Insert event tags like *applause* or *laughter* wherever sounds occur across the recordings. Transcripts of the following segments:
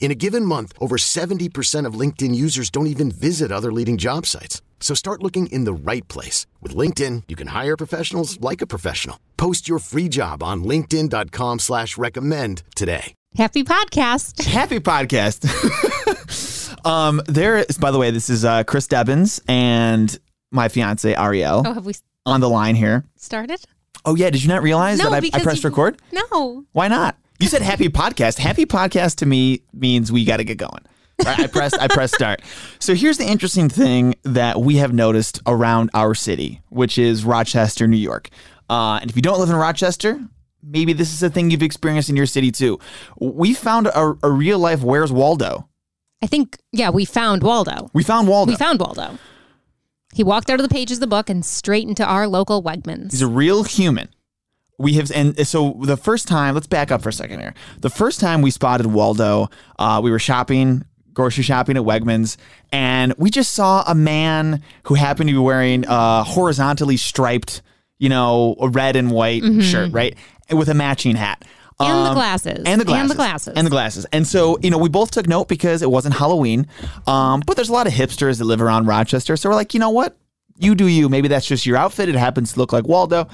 In a given month, over 70% of LinkedIn users don't even visit other leading job sites. So start looking in the right place. With LinkedIn, you can hire professionals like a professional. Post your free job on linkedin.com slash recommend today. Happy podcast. Happy podcast. *laughs* um, there is, by the way, this is uh, Chris Debbins and my fiance Ariel *laughs* Oh, have we on the line here. started? Oh yeah, did you not realize No, that I, I because pressed you- record? No. Why not? You said happy podcast. Happy podcast to me means we got to get going. Right? I pressed I pressed start. So here's the interesting thing that we have noticed around our city, which is Rochester, New York. Uh, and if you don't live in Rochester, maybe this is a thing you've experienced in your city too. We found a, a real life Where's Waldo. I think, yeah, we found Waldo. We found Waldo. We found Waldo. He walked out of the pages of the book and straight into our local Wegmans. He's a real human. We have, and so the first time, let's back up for a second here. The first time we spotted Waldo, uh, we were shopping, grocery shopping at Wegmans, and we just saw a man who happened to be wearing a horizontally striped, you know, a red and white shirt, right? And With a matching hat. Mm-hmm. And the glasses. um, And the glasses. And the glasses. And the glasses. And so, you know, we both took note because it wasn't Halloween. Um, but there's a lot of hipsters that live around Rochester. So we're like, you know what? You do you. Maybe that's just your outfit. It happens to look like Waldo. it's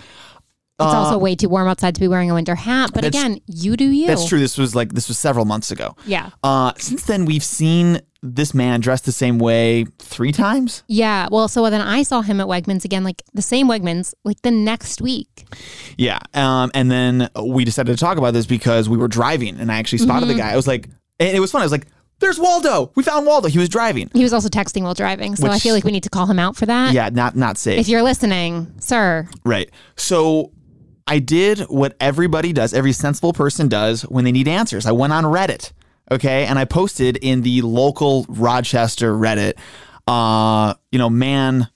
also way too warm outside to be wearing a winter hat. But Um, That's- again, you do you. That's true. This was like this was several months ago. Yeah. Uh, since then, we've seen this man dressed the same way three times. Yeah. Well, so then I saw him at Wegmans again, like the same Wegmans, like the next week. Yeah. Um, and then we decided to talk about this because we were driving, and I actually spotted Mm-hmm. the guy. I was like, and it was fun. I was like, "There's Waldo. We found Waldo. He was *laughs* driving." He was also texting while driving. So I Which- feel like we need to call him out for that. Yeah. Not not If safe. you're listening, sir, Right. So. I did what everybody does, every sensible person does when they need answers. I went on Reddit, okay, and I posted in the local Rochester Reddit, uh, you know, man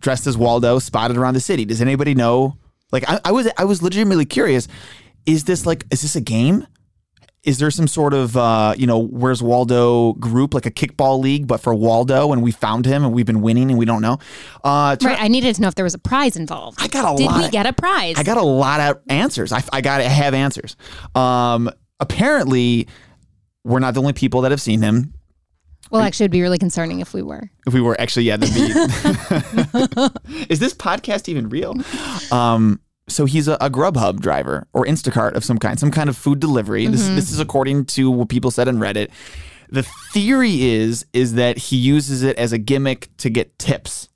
dressed as Waldo spotted around the city. Does anybody know? Like, I, I was, I was legitimately curious. Is this like, is this a game? Is there some sort of, uh, you know, where's Waldo group, like a kickball league, but for Waldo, and we found him and we've been winning and we don't know. Uh, turn- right? I needed to know if there was a prize involved. I got a Did lot. we of- get a prize? I got a lot of answers. I, I got to have answers. Um, apparently, we're not the only people that have seen him. well, actually, it'd be really concerning if we were. If we were actually, *laughs* yeah, that'd be. Is this podcast even real? Um, so he's a, a Grubhub driver or Instacart of some kind, some kind of food delivery. This, Mm-hmm. this is according to what people said on Reddit. The theory is is that he uses it as a gimmick to get tips.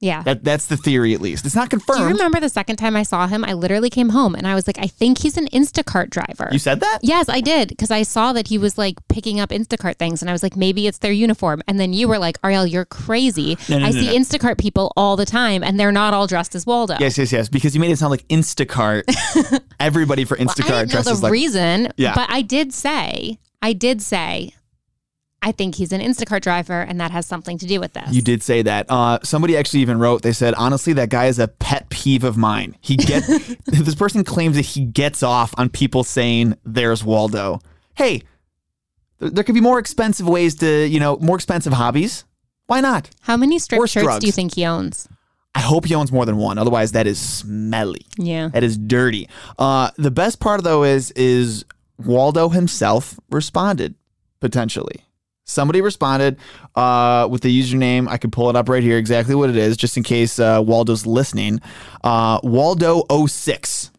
Yeah. That that's the theory, at least. It's not confirmed. Do you remember the second time I saw him? I literally came home and I was like, I think he's an Instacart driver. You said that? yes, I did because I saw that he was like picking up Instacart things, and I was like, maybe it's their uniform. And then you were like, Ariel, you're crazy. No, no, I no, see no. Instacart people all the time, and they're not all dressed as Waldo. Yes, yes, yes. Because you made it sound *laughs* like Instacart. Everybody for I Instacart didn't know the dresses like. reason, Yeah. but I did say, I did say, I think he's an Instacart driver, and that has something to do with this. you did say that. Uh, somebody actually even wrote. They said, honestly, that guy is a pet peeve of mine. *laughs* He get this person claims that he gets off on people saying there's Waldo. Hey, th- there could be more expensive ways to you know more expensive hobbies. Why not? How many strip Or shirts drugs. do you think he owns? I hope he owns more than one. Otherwise, that is smelly. Yeah. That is dirty. Uh, the best part though is is Waldo himself responded potentially. Somebody responded uh, with the username. I could pull it up right here, exactly what it is, just in case uh, Waldo's listening. Uh, Waldo06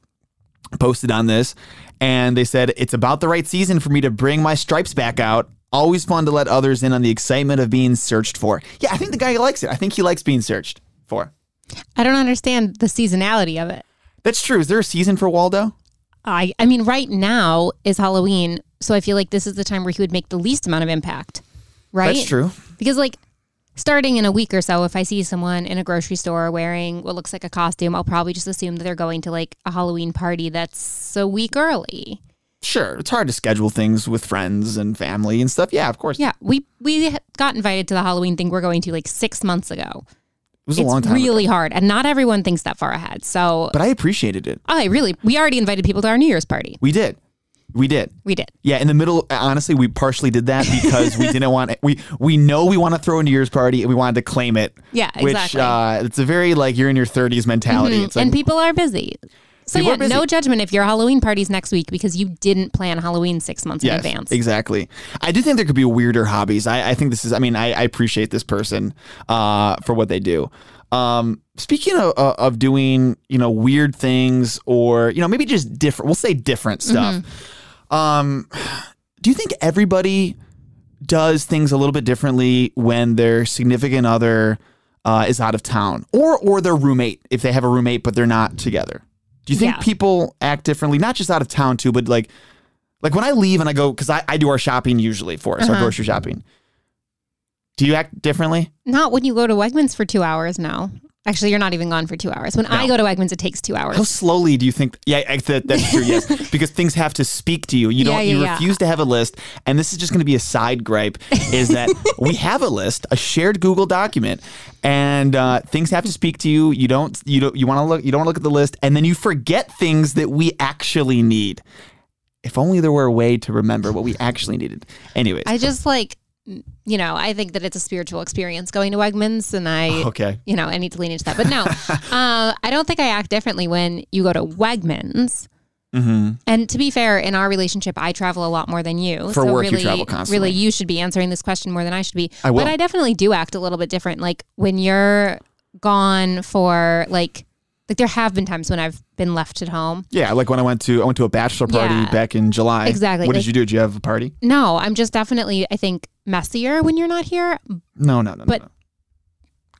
posted on this, and they said, It's about the right season for me to bring my stripes back out. Always fun to let others in on the excitement of being searched for. Yeah, I think the guy likes it. I think he likes being searched for. I don't understand the seasonality of it. That's true. Is there a season for Waldo? I I mean, right now is Halloween, so I feel like this is the time where he would make the least amount of impact. Right? That's true. Because like starting in a week or so, if I see someone in a grocery store wearing what looks like a costume, I'll probably just assume that they're going to like a Halloween party that's a week early. Sure. It's hard to schedule things with friends and family and stuff. Yeah, of course. Yeah, we we got invited to the Halloween thing we're going to like six months ago. It was a it's long time. ago. really hard, and not everyone thinks that far ahead. So, But I appreciated it. I Oh, really, we already invited people to our New Year's party. We did. We did. We did. Yeah, in the middle, honestly, we partially did that because *laughs* we didn't want we we know we want to throw a New Year's party and we wanted to claim it. Yeah, which exactly. Mm-hmm. uh, it's a very like you're in your 30s mentality. It's like, and people are busy. So People yeah, are busy. no judgment if your Halloween party's next week because you didn't plan Halloween six months in yes, advance. exactly. I do think there could be weirder hobbies. I, I think this is. I mean, I, I appreciate this person uh, for what they do. Um, speaking of, of doing, you know, weird things or you know maybe just different. We'll say different stuff. Mm-hmm. Um, do you think everybody does things a little bit differently when their significant other uh, is out of town or or their roommate if they have a roommate but they're not together? Do you think Yeah. people act differently, not just out of town too, but like like when I leave and I go because I, I do our shopping usually for us, our grocery shopping. Do you act differently? Not when you go to Wegmans for two hours. No, actually, you're not even gone for two hours. When I go to Wegmans, it takes two hours. How slowly do you think? Yeah, I, that, that's true. *laughs* Yes, because things have to speak to you. You don't. Yeah, yeah, you yeah. refuse to have a list, and this is just going to be a side gripe: is *laughs* that we have a list, a shared Google document, and uh, things have to speak to you. You don't. You don't. You want to look. You don't look at the list, and then you forget things that we actually need. If only there were a way to remember what we actually needed. Anyways, I just like, you know, I think that it's a spiritual experience going to Wegmans, and I, okay. you know, I need to lean into that. *laughs* But no, uh, I don't think I act differently when you go to Wegmans. Mm-hmm. And to be fair, in our relationship, I travel a lot more than you. For work, you really, travel constantly. Really, you should be answering this question more than I should be. I will. But I definitely do act a little bit different. Like when you're gone for like, like there have been times when I've been left at home. Yeah, like when I went to I went to a bachelor party Yeah. back in July. Exactly. What Like- did you do? Did you have a party? No, I'm just definitely, I think, messier when you're not here. No, no, no. But- no.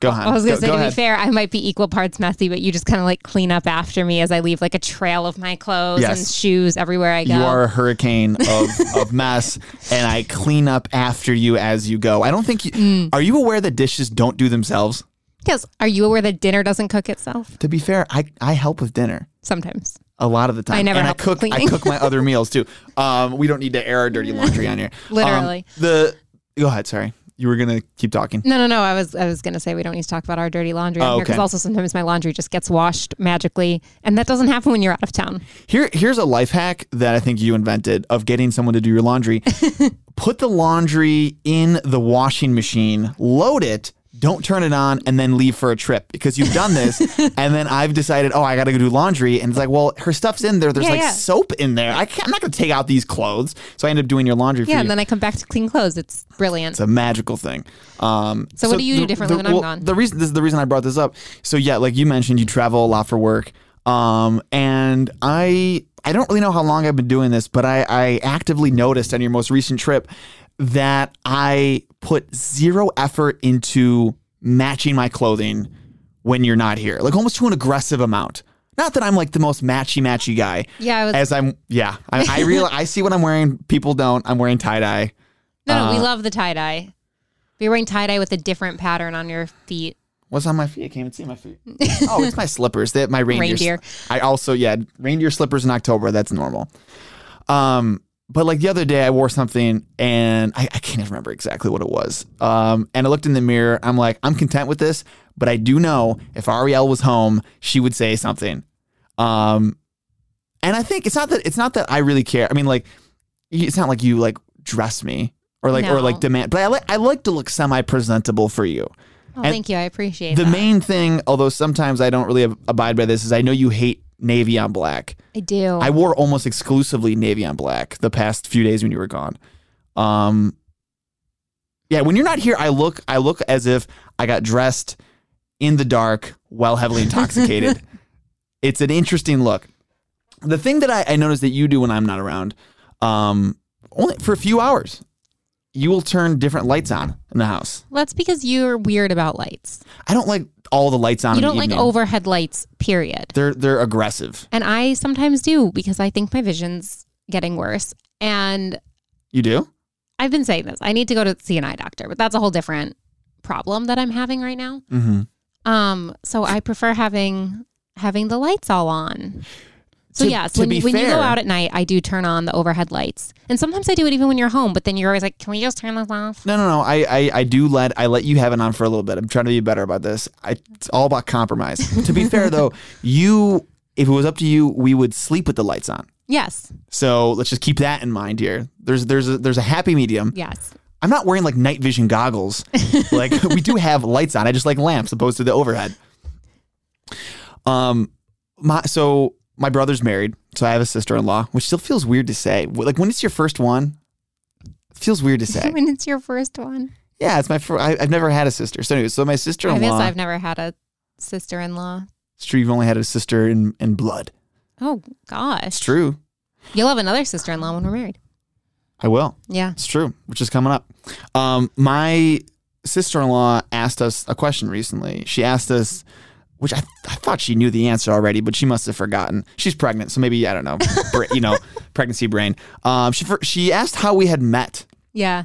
go on. I was going to Go- say, go to be ahead. fair, I might be equal parts messy, but you just kind of like clean up after me as I leave like a trail of my clothes and Yes. shoes everywhere I go. You are a hurricane *laughs* of, of mess, and I clean up after you as you go. I don't think you Mm. are you aware that dishes don't do themselves. yes. Are you aware that dinner doesn't cook itself? To be fair, I, I help with dinner Sometimes. a lot of the time. I never and help I with cook I cleaning. cook my *laughs* other meals too. Um, we don't need to air our dirty laundry on here. Um, Literally. the go ahead. Sorry, you were gonna keep talking. No, no, no. I was, I was gonna say we don't need to talk about our dirty laundry on Oh, here because okay. also sometimes my laundry just gets washed magically, and that doesn't happen when you're out of town. Here, here's a life hack that I think you invented of getting someone to do *laughs* your laundry. Put the laundry in the washing machine, load it, don't turn it on, and then leave for a trip because you've done *laughs* this. and then I've decided, oh, I got to go do laundry, and it's like, well, her stuff's in there. There's Yeah, like yeah. soap in there. I can't, I'm not gonna take out these clothes, so I end up doing your laundry for Yeah, you. and then I come back to clean clothes. It's brilliant. It's a magical thing. Um, So what do you do differently when I'm gone? The reason this is the reason I brought this up. So yeah, like you mentioned, you travel a lot for work, um, and I I don't really know how long I've been doing this, but I I actively noticed on your most recent trip that I put zero effort into matching my clothing when you're not here, like almost to an aggressive amount. Not that I'm like the most matchy matchy guy. Yeah, I was- as I'm. Yeah, I, I realize I see what I'm wearing. People don't. I'm wearing tie dye. No, uh, no, we love the tie dye. You're wearing tie dye with a different pattern on your feet. What's on my feet? I can't even see my feet. *laughs* oh, it's my slippers. That my reindeer. Reindeer. I also yeah, reindeer slippers in October. That's normal. Um, but like the other day, I wore something and I, I can't even remember exactly what it was. Um, and I looked in the mirror. I'm like, I'm content with this, but I do know if Ariel was home, she would say something. Um, and I think it's not that it's not that I really care. I mean, like, you- it's not like you like dress me or like or No. like demand, but I like I like to look semi presentable for you. Oh, And thank you. I appreciate The that. main thing, although sometimes I don't really ab- abide by this, is I know you hate navy on black. I do. I wore almost exclusively navy on black the past few days when you were gone. Um, yeah, when you're not here, I look I look as if I got dressed in the dark *laughs* while heavily intoxicated. it's an interesting look. The thing that I, I notice that you do when I'm not around, um, only for a few hours, you will turn different lights on in the house. Well, that's because you're weird about lights. I don't like all the lights on. you in the don't like evening. overhead lights, period. They're they're aggressive. And I sometimes do because I think my vision's getting worse. And You do? I've been saying this. I need to go to see an eye doctor, but that's a whole different problem that I'm having right now. Mm-hmm. Um, so I prefer having having the lights all on. So To- yes, to when, be when you go fair- out at night, I do turn on the overhead lights, and sometimes I do it even when you're home. But then you're always like, "Can we just turn this off?" No, no, no. I, I, I do let I let you have it on for a little bit. I'm trying to be better about this. I, it's all about compromise. *laughs* to be fair though, you if it was up to you, we would sleep with the lights on. Yes, So let's just keep that in mind here. There's there's a, there's a happy medium. yes. *laughs* I'm not wearing like night vision goggles. like we do have lights on. I just like lamps opposed to the overhead. Um, my so my brother's married, so I have a sister in law, which still feels weird to say. Like when it's your first one, it feels weird to say. when it's your first one, Yeah, it's my first. I've never had a sister. So anyway, so my sister I in guess law. I've never had a sister-in-law. It's true. You've only had a sister in, in blood. Oh It's gosh, true. you'll have another sister-in-law when we're married. I will. Yeah. It's true. Which is coming up. Um, my sister in law asked us a question recently. She asked us, which I, I thought she knew the answer already, but she must have forgotten. She's pregnant, so maybe I don't know. bra- you know, *laughs* pregnancy brain. Um, she fir- she asked how we had met, Yeah.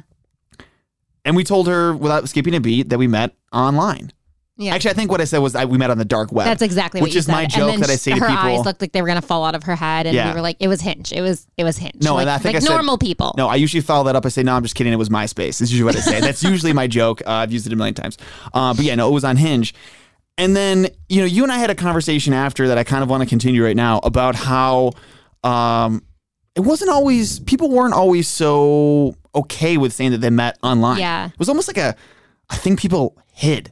and we told her without skipping a beat that we met online. Yeah. Actually, I think what I said was I, we met on the dark web. That's exactly which what you is my said. joke and then that I say to her people. eyes looked like they were gonna fall out of her head, and Yeah. we were like, "It was Hinge. It was it was Hinge." No, like, and I think like I said- normal people. No, I usually follow that up. I say, no, I'm just kidding. It was MySpace. That's usually what I say. That's usually my joke. Uh, I've used it a million times. Uh, but yeah, no, it was on Hinge. And then, you know, you and I had a conversation after that I kind of want to continue right now about how um, it wasn't always, people weren't always so okay with saying that they met online. Yeah. It was almost like a, a thing people hid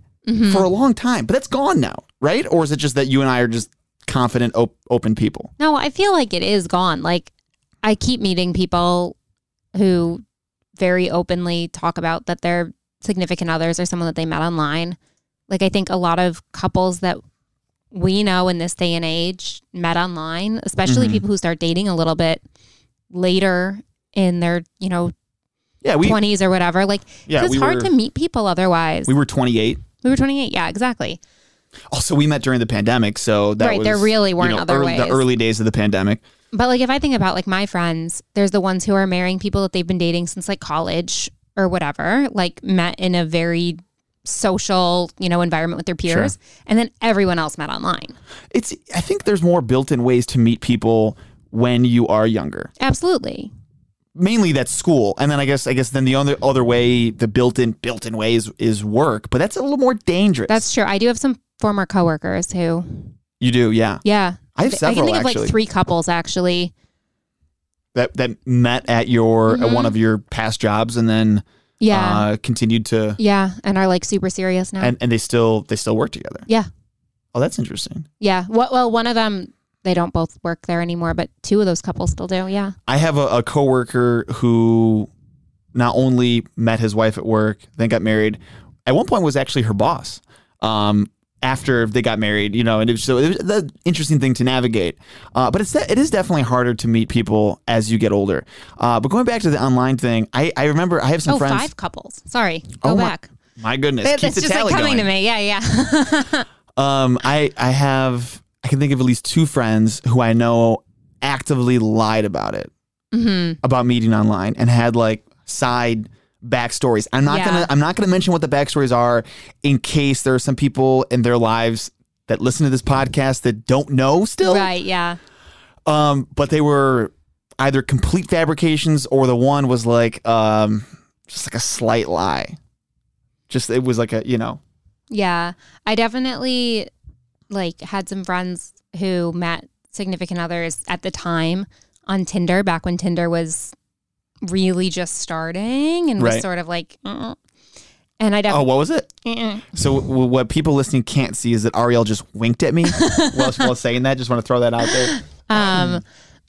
for a long time, but that's gone now, right? Or is it just that you and I are just confident, op- open people? No, I feel like it is gone. Like I keep meeting people who very openly talk about that their significant others or someone that they met online. Like I think a lot of couples that we know in this day and age met online, especially Mhm. people who start dating a little bit later in their, you know, Yeah, we, 20s or whatever. Like yeah, it's we, hard were, to meet people otherwise. we were 28. We were 28. Yeah, exactly. Also, we met during the pandemic, so that Right, was, there really weren't other early, the ways. early days of the pandemic. But like if I think about like my friends, there's the ones who are marrying people that they've been dating since like college or whatever, like met in a very social, you know, environment with their peers. And then everyone else met online. It's I think there's more built-in ways to meet people when you are younger. Absolutely. Mainly that's school, and then I guess I guess then the other other way, the built-in built-in ways is work, but that's a little more dangerous. That's true. I do have some former coworkers who you do, yeah. yeah. I I have can several think actually of like three couples actually. that that met at your at Mhm. one of your past jobs, and then Yeah. uh, continued to yeah. And are like super serious now. and and they still they still work together. Yeah. Oh, that's interesting. yeah. Well, well, one of them they don't both work there anymore, but two of those couples still do. Yeah. I have a, a coworker who not only met his wife at work, then got married. At one point, was actually her boss. Um, after they got married, you know, and it was, so it was the interesting thing to navigate. Uh, but it's de- it is definitely harder to meet people as you get older. Uh, but going back to the online thing, I, I remember I have some Oh, friends. five couples. Sorry. Go Oh my- back. My goodness, That- that's keep the just like tally coming going. to me. Yeah, *laughs* yeah. Um, I I have I can think of at least two friends who I know actively lied about it. hmm about meeting online and had like side backstories. I'm not Yeah. gonna I'm not gonna mention what the backstories are in case there are some people in their lives that listen to this podcast that don't know still. Right, yeah. Um, but they were either complete fabrications or the one was like um just like a slight lie. Just it was like a you know Yeah. I definitely like had some friends who met significant others at the time on Tinder back when Tinder was really just starting and Right. was sort of like uh-uh. and I oh definitely what was it? So w- what people listening can't see is that Ariel just *laughs* winked at me while, while saying that. Just want to throw that out there. Um,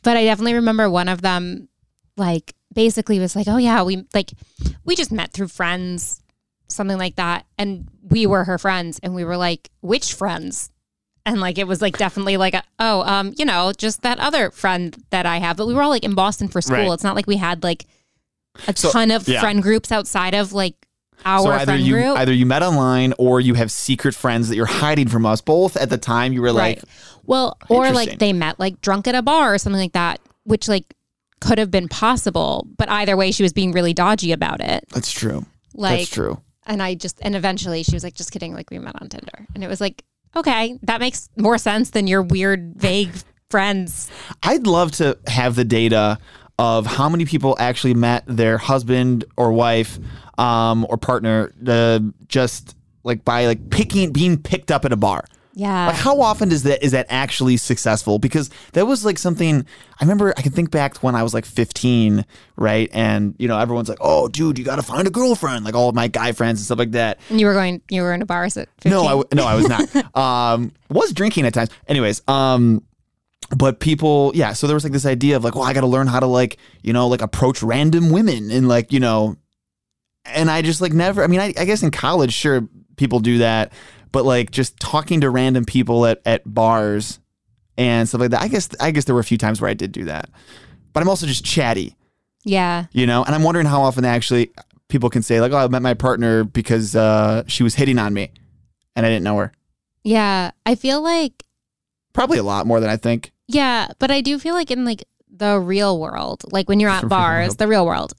but I definitely remember one of them, like basically was like, "Oh yeah, we like we just met through friends, something like that," and we were her friends, and we were like, "Which friends?" And like it was like definitely like a, oh um you know just that other friend that I have, but we were all like in Boston for school. Right. It's not like we had like a So- ton of yeah. friend groups outside of like our so either friend you group. either you met online or you have secret friends that you're hiding from us. Both at the time you were like, right. Well, or Interesting. like they met like drunk at a bar or something like that, which like could have been possible. But either way, she was being really dodgy about it. "That's true. Like, That's true." and I just, and eventually she was like, just kidding. Like we met on Tinder. And it was like, okay, that makes more sense than your weird, vague friends. I'd love to have the data of how many people actually met their husband or wife um, or partner uh, just like by like picking being picked up at a bar. Yeah. *laughs* Like how often is that is that actually successful? Because that was like something I remember I can think back to when I was like 15, right? And you know, everyone's like, "Oh, dude, you got to find a girlfriend." Like all of my guy friends and stuff like that. and you were going, you were in a bar at 15. No, I w- no, I was not. um, was drinking at times. Anyways, um, but people, yeah. So there was like this idea of like, well, I got to learn how to like, you know, like approach random women and like, you know, and I just like never. I mean, I, I guess in college, sure, people do that, but like just talking to random people at at bars and stuff like that. I guess I guess there were a few times where I did do that, but I'm also just chatty yeah. you know and i'm wondering how often actually people can say like oh i met my partner because uh, she was hitting on me and i didn't know her Yeah. I feel like probably a lot more than i think Yeah, but I do feel like in like the real world, like when you're The at *laughs* real bars, world. the real world,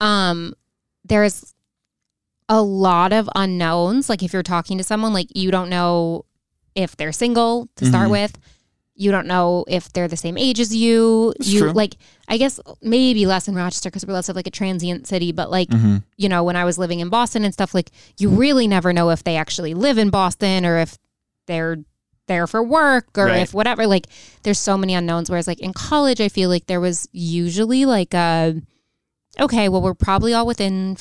um, there's a lot of unknowns. Like if you're talking to someone, like you don't know if they're single to start Mhm. with. You don't know if they're the same age as you. It's you true. like, I guess maybe less in Rochester because we're less of like a transient city. But like, mm-hmm. you know, when I was living in Boston and stuff, like you really never know if they actually live in Boston or if they're there for work or Right. if whatever. Like there's so many unknowns. Whereas like in college, I feel like there was usually like a, okay, well, we're probably all within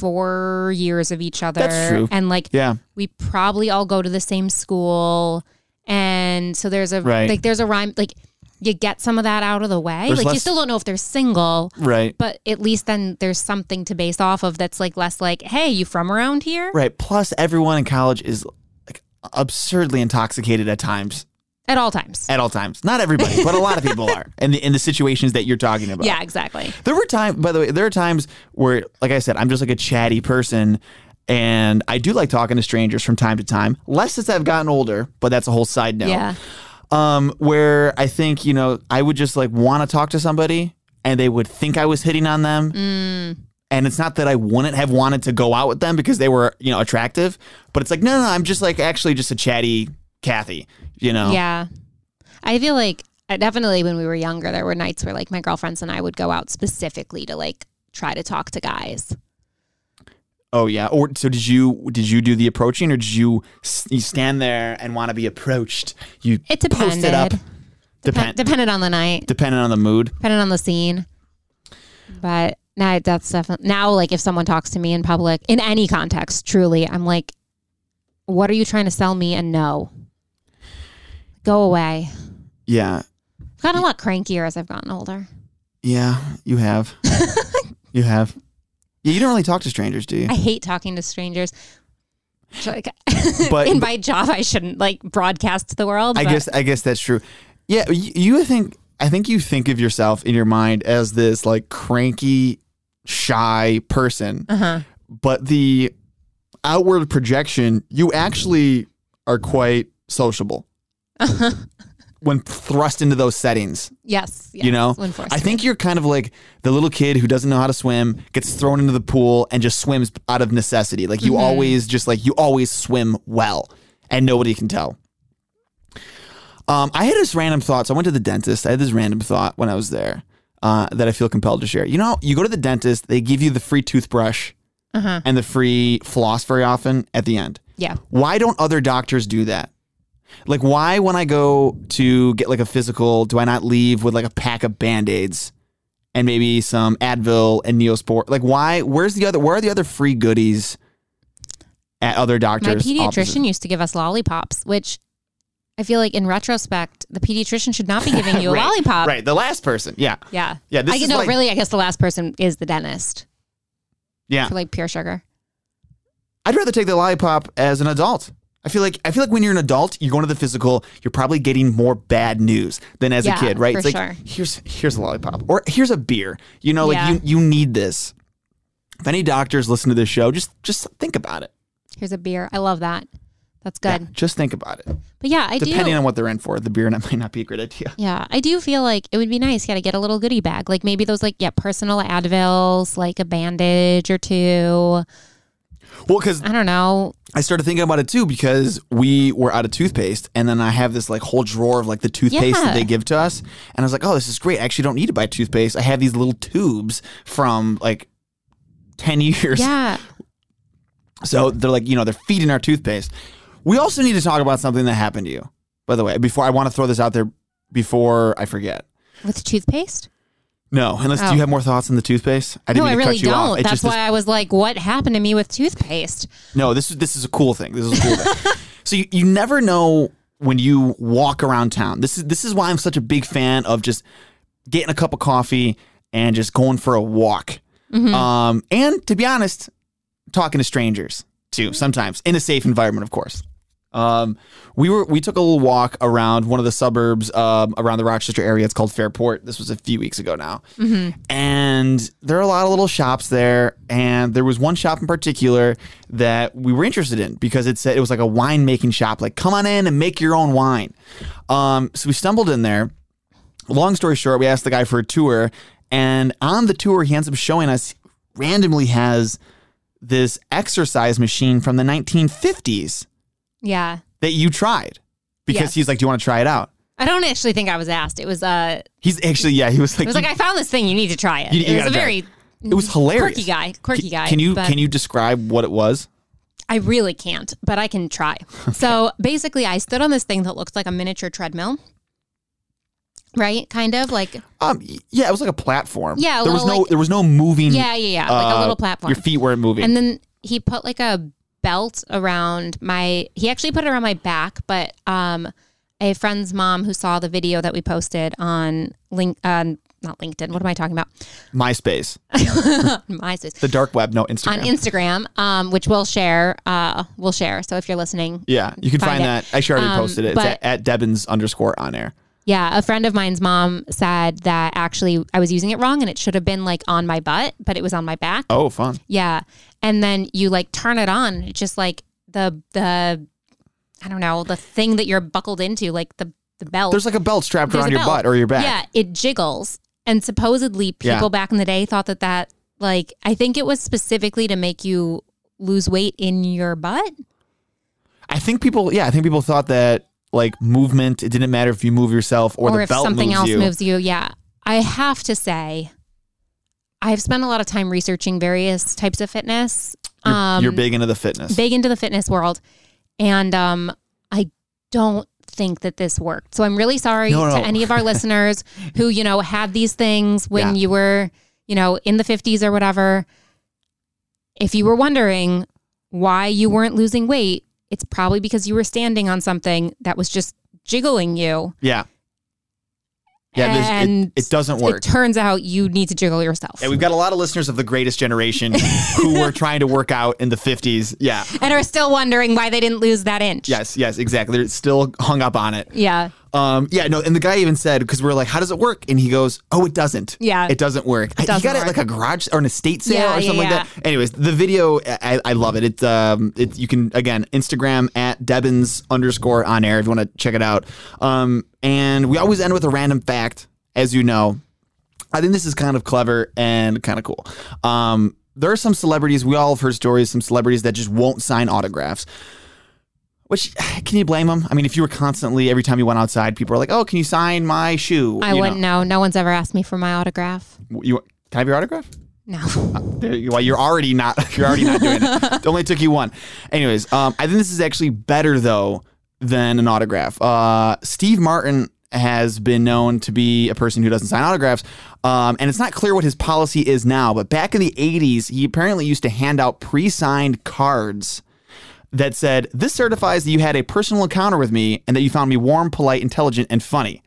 four years of each other. That's true. And like yeah we probably all go to the same school. And so there's a, Right. like there's a rhyme, like you get some of that out of the way. There's like you less- still don't know if they're single right but at least then there's something to base off of that's like less like hey you from around here right plus everyone in college is like absurdly intoxicated at times at all times at all times not everybody but a lot of people are in the in the situations that you're talking about yeah exactly There were times, by the way, there are times where, like I said, I'm just like a chatty person, and I do like talking to strangers from time to time. Less as I've gotten older, but that's a whole side note. Yeah. Um, where I think you know I would just like want to talk to somebody, and they would think I was hitting on them. Mm. And it's not that I wouldn't have wanted to go out with them because they were, you know, attractive, but it's like, no, no, I'm just like actually just a chatty Kathy, you know? yeah i feel like uh, definitely when we were younger there were nights where like my girlfriends and i would go out specifically to like try to talk to guys Oh yeah. Or so did you? Did you do the approaching, or did you s- you stand there and want to be approached? You it post depended it up. Depen- Depend, depended on the night depending on the mood. depended on the scene but now that's definitely now like if someone talks to me in public in any context truly i'm like what are you trying to sell me and no go away Yeah, I've gotten a lot crankier as I've gotten older. yeah. You *laughs* have. you have. Yeah, you don't really talk to strangers, do you? I hate talking to strangers. So, Like, *laughs* But- in my job, I shouldn't like broadcast to the world. I but guess. I guess that's true. Yeah, you, you think. I think you think of yourself in your mind as this like cranky, shy person. Uh-huh. but the outward projection, you actually are quite *laughs* sociable when thrust into those settings. Yes, yes. you know, When forced I think you're kind of like the little kid who doesn't know how to swim, gets thrown into the pool, and just swims out of necessity. Like Mm-hmm. you always just like you always swim well, and nobody can tell. Um, I had this random thought. So I went to the dentist. I had this random thought when I was there uh, that I feel compelled to share. You know, you go to the dentist, they give you the free toothbrush Uh-huh. and the free floss very often at the end. Yeah. Why don't other doctors do that? Like, why when I go to get like a physical, do I not leave with like a pack of band aids and maybe some Advil and Neospor? Like, why? Where's the other? Where are the other free goodies at other My doctors? pediatrician offices? used to give us lollipops, which I feel like in retrospect, the pediatrician should not be *laughs* giving you a Right, lollipop. Right, the last person. Yeah, Yeah. yeah. This I is no, like, really. I guess the last person is the dentist yeah. for like pure sugar. I'd rather take the lollipop as an adult. I feel like I feel like when you're an adult, you're going to the physical, you're probably getting more bad news than as Yeah, a kid, right? for it's like sure. here's here's a lollipop or here's a beer. You know, like Yeah. you you need this. If any doctors listen to this show, just just think about it. Here's a beer. I love that. That's Yeah, good. just think about it. But yeah, I Depending do. on what they're in for, the beer net might not be a great idea. *laughs* yeah, I do feel like it would be nice. Yeah, to get a little goodie bag, like maybe those like yeah personal Advils, like a bandage or two. Well, because I don't know. I started thinking about it too because we were out of toothpaste, and then I have this like whole drawer of like the toothpaste Yeah. that they give to us, and I was like, oh, this is great. I actually don't need to buy toothpaste. I have these little tubes from like ten *laughs* years. Yeah, So they're like, you know, they're feeding our toothpaste. We also need to talk about something that happened to you. By the way, before I want to throw this out there, before I forget. with toothpaste. No, unless do Oh. you have more thoughts on the toothpaste? I No, mean I to really cut you off. don't. It That's just- why I was like, what happened to me with toothpaste? No, this is this is a cool thing. This is a cool thing. So you, you never know when you walk around town. This is this is why I'm such a big fan of just getting a cup of coffee and just going for a walk. Um, and to be honest, talking to strangers too sometimes in a safe environment, of course. Um, we were we took a little walk around one of the suburbs um, around the Rochester area. It's called Fairport. This was a few weeks ago now, and there are a lot of little shops there. And there was one shop in particular that we were interested in because it said it was like a wine making shop. Like, come on in and make your own wine. Um, so we stumbled in there. Long story short, we asked the guy for a tour, and on the tour, he ends up showing us randomly has this exercise machine from the 1950s Yeah. that you tried because Yes. he's like, "Do you want to try it out?" I don't actually think I was asked. It was uh He's actually, yeah, he was like, it was like I found this thing, you need to try it. You- you it was gotta a try very it. it was hilarious." quirky guy. Quirky guy. Can you but can you describe what it was? I really can't, but I can *laughs* try. So basically I stood on this thing that looked like a miniature treadmill. Right? Kind of like Um, y- yeah, it was like a platform. Yeah, a there was little, no like- there was no moving. Yeah, yeah, yeah. Like a uh, little platform. Your feet weren't moving. And then he put like a belt around my he actually put it around my back, but um a friend's mom who saw the video that we posted on link on not LinkedIn, what am I talking about? *laughs* MySpace, MySpace. the dark web, no Instagram. on Instagram, um, which we'll share. Uh, we'll share. So if you're listening, yeah, you can Find find, it. that. Actually, I already Um, posted it. It's but- at, at Debbins underscore on air. yeah, a friend of mine's mom said that actually I was using it wrong and it should have been like on my butt, but it was on my back. Oh, fun. Yeah, and then you like turn it on, it's just like the the I don't know the thing that you're buckled into, like the the belt. There's like a belt strapped There's around a your belt. butt or your back. Yeah, it jiggles. And supposedly people Yeah. back in the day thought that that like I think it was specifically to make you lose weight in your butt. I think people. Yeah, I think people thought that like movement. It didn't matter if you move yourself or, or, the if belt something moves else you. moves you. Yeah. I have to say, I've spent a lot of time researching various types of fitness. um, You're, you're big into the fitness. big into the fitness world. And um, I don't think that this worked. So I'm really sorry No, to no. any of *laughs* our listeners who, you know, had these things when Yeah. you were, you know, in the 50s or whatever. If you were wondering why you weren't losing weight, it's probably because you were standing on something that was just jiggling you. yeah. Yeah, there's- it- And it, doesn't work. It turns out you need to jiggle yourself. Yeah, we've got a lot of listeners of the greatest generation who were trying to work out in the 50s. Yeah. and are still wondering why they didn't lose that inch. Yes, yes, exactly. They're still hung up on it. Yeah. Um, yeah, no, and the guy even said, because we are like, how does it work? And he goes, oh, it doesn't. Yeah. It doesn't work. I- doesn't he got work. it at like a garage or an estate sale Yeah, or yeah, something yeah. like that. Anyways, the video, I, I love it. It's, um, it, you can, again, Instagram at Debbins underscore on air if you want to check it out. Um, and we always end with a random fact, as you know. I think this is kind of clever and kind of cool. Um, there are some celebrities, we all have heard stories, some celebrities that just won't sign autographs. Which *sighs* can you blame them? I mean, if you were constantly every time you went outside, people were like, "Oh, can you sign my shoe?" I you wouldn't know. No one's ever asked me for my autograph. know. You can I have your autograph? No. *laughs* There you- Well, you're already not. *laughs* You're already not doing it. It only took you one. Anyways, um, I think this is actually better though than an autograph. Uh, Steve Martin has been known to be a person who doesn't sign autographs, um, and it's not clear what his policy is now. But back in the '80s, he apparently used to hand out pre-signed cards that said, "This certifies that you had a personal encounter with me and that you found me warm, polite, intelligent, *laughs* and funny."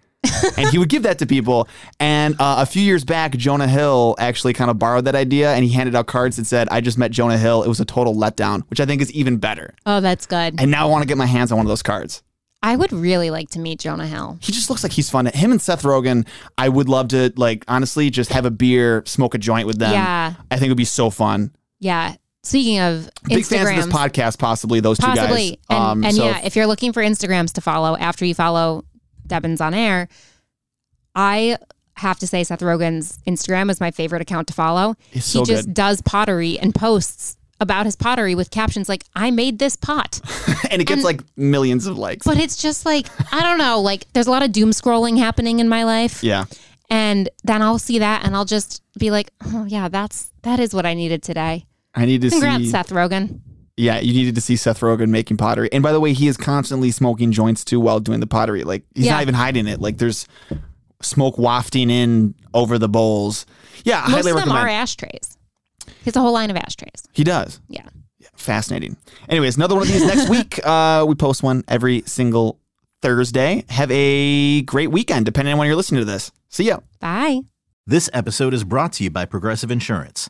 and he would give that to people. And uh, a few years back, Jonah Hill actually kind of borrowed that idea, and he handed out cards that said, "I just met Jonah Hill. It was a total letdown," which I think is even better. Oh, that's good. And now I want to get my hands on one of those cards. I would really like to meet Jonah Hill. He just looks like he's fun. Him and Seth Rogen, I would love to like honestly just have a beer, smoke a joint with them. Yeah. I think it would be so fun. Yeah. Speaking of Big fans of this Instagram, podcast, possibly those two possibly, guys. and, um, and so *laughs* yeah, if you're looking for Instagrams to follow after you follow Debbins on air, I have to say Seth Rogen's Instagram is my favorite account to follow. It's so he just good. does pottery and posts about his pottery with captions like "I made this *laughs* pot." and it gets like millions of likes. But it's just like, I don't know, like there's a lot of doom scrolling happening in my life. yeah. And then I'll see that and I'll just be like, oh yeah, that's that is what I needed today. I need to Congrats, see. Seth Rogen. Yeah, you needed to see Seth Rogen making pottery. And by the way, he is constantly smoking joints too while doing the pottery. Like he's Yeah. not even hiding it. Like there's smoke wafting in over the bowls. Yeah, I Most highly of them recommend. are ashtrays. He has a whole line of ashtrays. he does. Yeah. fascinating. Anyways, another one of these *laughs* next week. Uh, we post one every single Thursday. Have a great weekend, depending on when you're listening to this. See ya. Bye. This episode is brought to you by Progressive Insurance.